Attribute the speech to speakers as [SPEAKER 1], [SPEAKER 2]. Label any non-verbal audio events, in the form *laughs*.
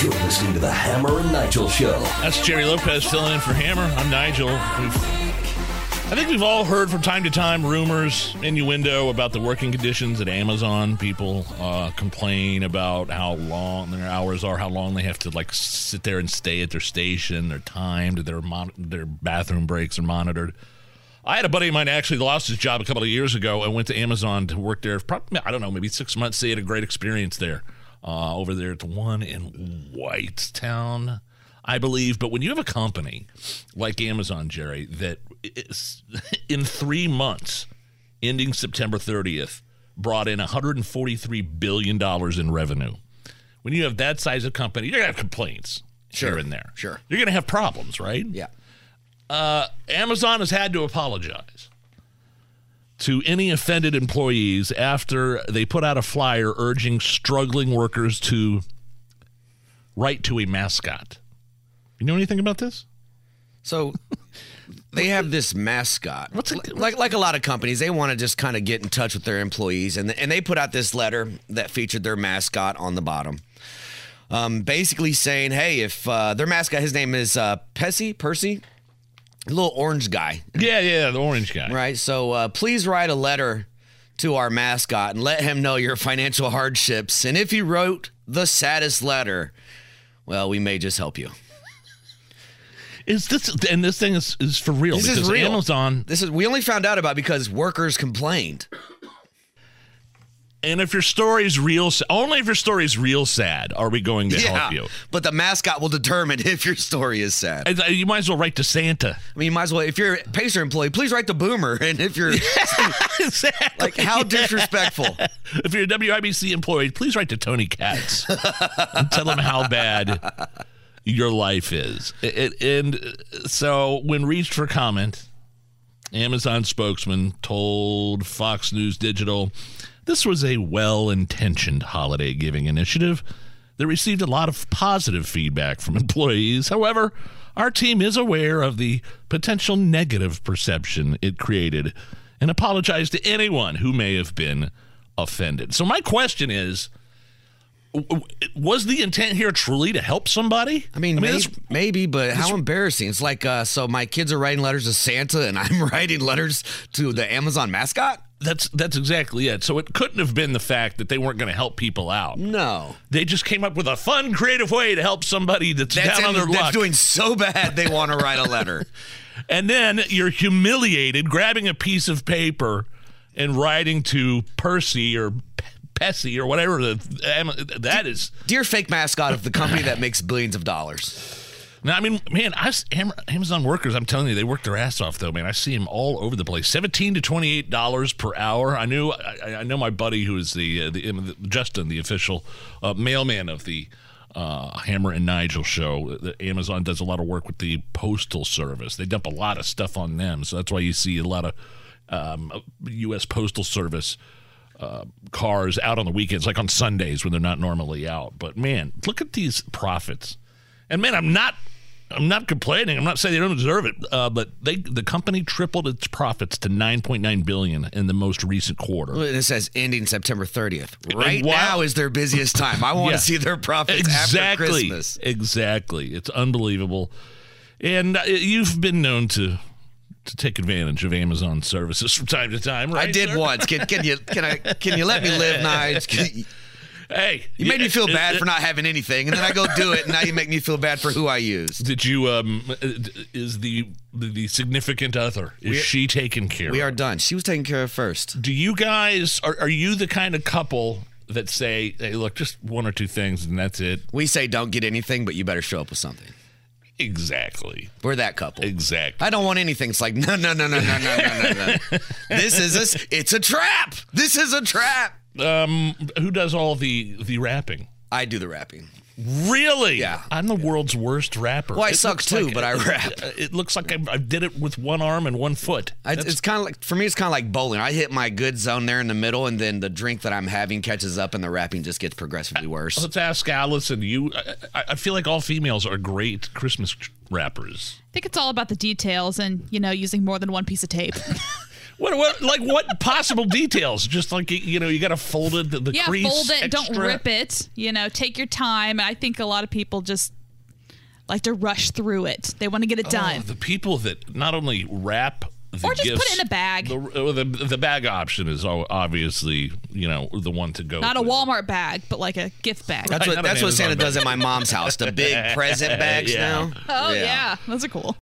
[SPEAKER 1] You're listening to the Hammer and Nigel Show.
[SPEAKER 2] That's Jerry Lopez filling in for Hammer. I'm Nigel. We've, I think we've all heard from time to time rumors, innuendo about the working conditions at Amazon. People uh, complain about how long their hours are, how long they have to like sit there and stay at their station, their timed, their mon- their bathroom breaks are monitored. I had a buddy of mine actually lost his job a couple of years ago and went to Amazon to work there. Probably, I don't know, maybe six months. He had a great experience there uh, over there at the one in Whitestown, I believe. But when you have a company like Amazon, Jerry, that is, *laughs* in three months, ending September 30th, brought in $143 billion in revenue. When you have that size of company, you're going to have complaints here and there.
[SPEAKER 3] sure.
[SPEAKER 2] You're going to have problems, right? Uh,
[SPEAKER 3] Yeah.
[SPEAKER 2] Amazon has had to apologize to any offended employees after they put out a flyer urging struggling workers to write to a mascot. You know anything about this?
[SPEAKER 3] So they have this mascot.
[SPEAKER 2] What's it-
[SPEAKER 3] like like a lot of companies, they want to just kind of get in touch with their employees and and they put out this letter that featured their mascot on the bottom. Um, basically saying, hey, if uh, their mascot, his name is uh, Pessy, Percy, the little orange guy,
[SPEAKER 2] Yeah, yeah, the orange guy.
[SPEAKER 3] right? So uh, please write a letter to our mascot and let him know your financial hardships. And if you wrote the saddest letter, well, we may just help you.
[SPEAKER 2] Is this and this thing is, is for real
[SPEAKER 3] This
[SPEAKER 2] because
[SPEAKER 3] is real.
[SPEAKER 2] Amazon
[SPEAKER 3] This is we only found out about because workers complained.
[SPEAKER 2] and if your story's real sa- only if your story's real sad are we going to help you.
[SPEAKER 3] But the mascot will determine *laughs* if your story is sad. I
[SPEAKER 2] And, uh, You might as well write to Santa.
[SPEAKER 3] mean, you might as well if you're a Pacer employee, please write the boomer. *laughs* And if you're
[SPEAKER 2] *laughs* Exactly.
[SPEAKER 3] like how disrespectful.
[SPEAKER 2] If you're a WIBC employee, please write to Tony Katz and tell him how bad your life is. It, and uh, so, when reached for comment, Amazon spokesman told Fox News Digital this was a well intentioned holiday giving initiative that received a lot of positive feedback from employees. However, our team is aware of the potential negative perception it created and apologized to anyone who may have been offended. So, my question is w- w- was the intent here truly to help somebody?
[SPEAKER 3] I mean, may-
[SPEAKER 2] that's-
[SPEAKER 3] maybe, but how embarrassing. It's like uh, so my kids are writing letters to Santa and I'm *laughs* writing letters to the Amazon mascot?
[SPEAKER 2] That's that's exactly it. So it couldn't have been the fact that they weren't going to help people out.
[SPEAKER 3] No.
[SPEAKER 2] They just came up with a fun, creative way to help somebody that's,
[SPEAKER 3] That's,
[SPEAKER 2] down on their
[SPEAKER 3] that's
[SPEAKER 2] luck.
[SPEAKER 3] doing so bad they want to write a
[SPEAKER 2] *laughs*
[SPEAKER 3] letter.
[SPEAKER 2] and then you're humiliated, grabbing a piece of paper and writing to Percy or P- Pessy or whatever. The, am- that is.
[SPEAKER 3] Dear fake mascot of the company that makes billions of dollars.
[SPEAKER 2] Now, I mean, man, I, s- Am- Amazon workers, I'm telling you, they work their ass off, though, man. I see them all over the place. 17 to $28 per hour. I knew, I, I know my buddy who is the, uh, the, um, the Justin, the official uh, mailman of the uh, Hammer and Nigel show. The- Amazon does a lot of work with the postal service. They dump a lot of stuff on them. So that's why you see a lot of um, U.S. Postal Service uh, cars out on the weekends, like on Sundays when they're not normally out. But man, look at these profits. And man, I'm not, I'm not complaining. I'm not saying they don't deserve it. Uh, but they, the company tripled its profits to 9.9 billion in the most recent quarter.
[SPEAKER 3] And it says ending September 30th. Right
[SPEAKER 2] wow.
[SPEAKER 3] now is their busiest time. I want
[SPEAKER 2] *laughs* Yeah.
[SPEAKER 3] to see their profits after
[SPEAKER 2] exactly.
[SPEAKER 3] Christmas.
[SPEAKER 2] Exactly. It's unbelievable. And uh, you've been known to to take advantage of Amazon services from time to time, right?
[SPEAKER 3] I did
[SPEAKER 2] sir?
[SPEAKER 3] once. Can, can you can I can you let me
[SPEAKER 2] *laughs*
[SPEAKER 3] live, Nige? Can- You,
[SPEAKER 2] Hey,
[SPEAKER 3] made me feel bad for not having anything, and then I go do it, and now you make me feel bad for who I used.
[SPEAKER 2] Did you um uh, d- is the the significant other is she taken care
[SPEAKER 3] We
[SPEAKER 2] of?
[SPEAKER 3] are done. She was taken care of first.
[SPEAKER 2] Do you guys are are you the kind of couple that say, "Hey, look, just one or two things and that's it."
[SPEAKER 3] We say don't get anything, but you better show up with something.
[SPEAKER 2] Exactly.
[SPEAKER 3] We're that couple.
[SPEAKER 2] Exactly.
[SPEAKER 3] I don't want anything. It's like no, no, no, no, no, no, no, no,
[SPEAKER 2] *laughs*
[SPEAKER 3] no. This is a, s- it's a trap. This is a trap.
[SPEAKER 2] Um who does all the the rapping?
[SPEAKER 3] I do the rapping.
[SPEAKER 2] Really?
[SPEAKER 3] Yeah.
[SPEAKER 2] I'm the world's worst rapper.
[SPEAKER 3] Well, I
[SPEAKER 2] It
[SPEAKER 3] suck
[SPEAKER 2] looks
[SPEAKER 3] too, but I rap.
[SPEAKER 2] It, it looks like I, I did it with one arm and one foot.
[SPEAKER 3] I, it's kind of like for me, it's kind of like bowling. I hit my good zone there in the middle, and then the drink that I'm having catches up, and the rapping just gets progressively
[SPEAKER 2] *laughs*
[SPEAKER 3] worse.
[SPEAKER 2] Let's ask Allison. You, I, I- I feel like all females are great Christmas rappers. *laughs*
[SPEAKER 4] I think it's all about the details and, you know, using more than one piece of tape.
[SPEAKER 2] What, what, like, what possible details? Just like, you- you know, you got to fold it, the, the
[SPEAKER 4] yeah,
[SPEAKER 2] crease.
[SPEAKER 4] fold it. Don't
[SPEAKER 2] extra.
[SPEAKER 4] rip it. You know, take your time. I think a lot of people just like to rush through it. They want to get it done.
[SPEAKER 2] Oh, the people that not only wrap the
[SPEAKER 4] Or just put it
[SPEAKER 2] gifts-
[SPEAKER 4] in a bag.
[SPEAKER 2] The, or the, the bag option is o- obviously, you know, the one to go.
[SPEAKER 4] Not a
[SPEAKER 2] with.
[SPEAKER 4] Walmart bag, but like a gift bag.
[SPEAKER 3] That's
[SPEAKER 2] Right,
[SPEAKER 3] what
[SPEAKER 2] not an
[SPEAKER 3] that's what Santa
[SPEAKER 2] Amazon *laughs*
[SPEAKER 3] does at my mom's house. The big present bags
[SPEAKER 2] Yeah.
[SPEAKER 3] now.
[SPEAKER 4] Oh yeah. those are cool.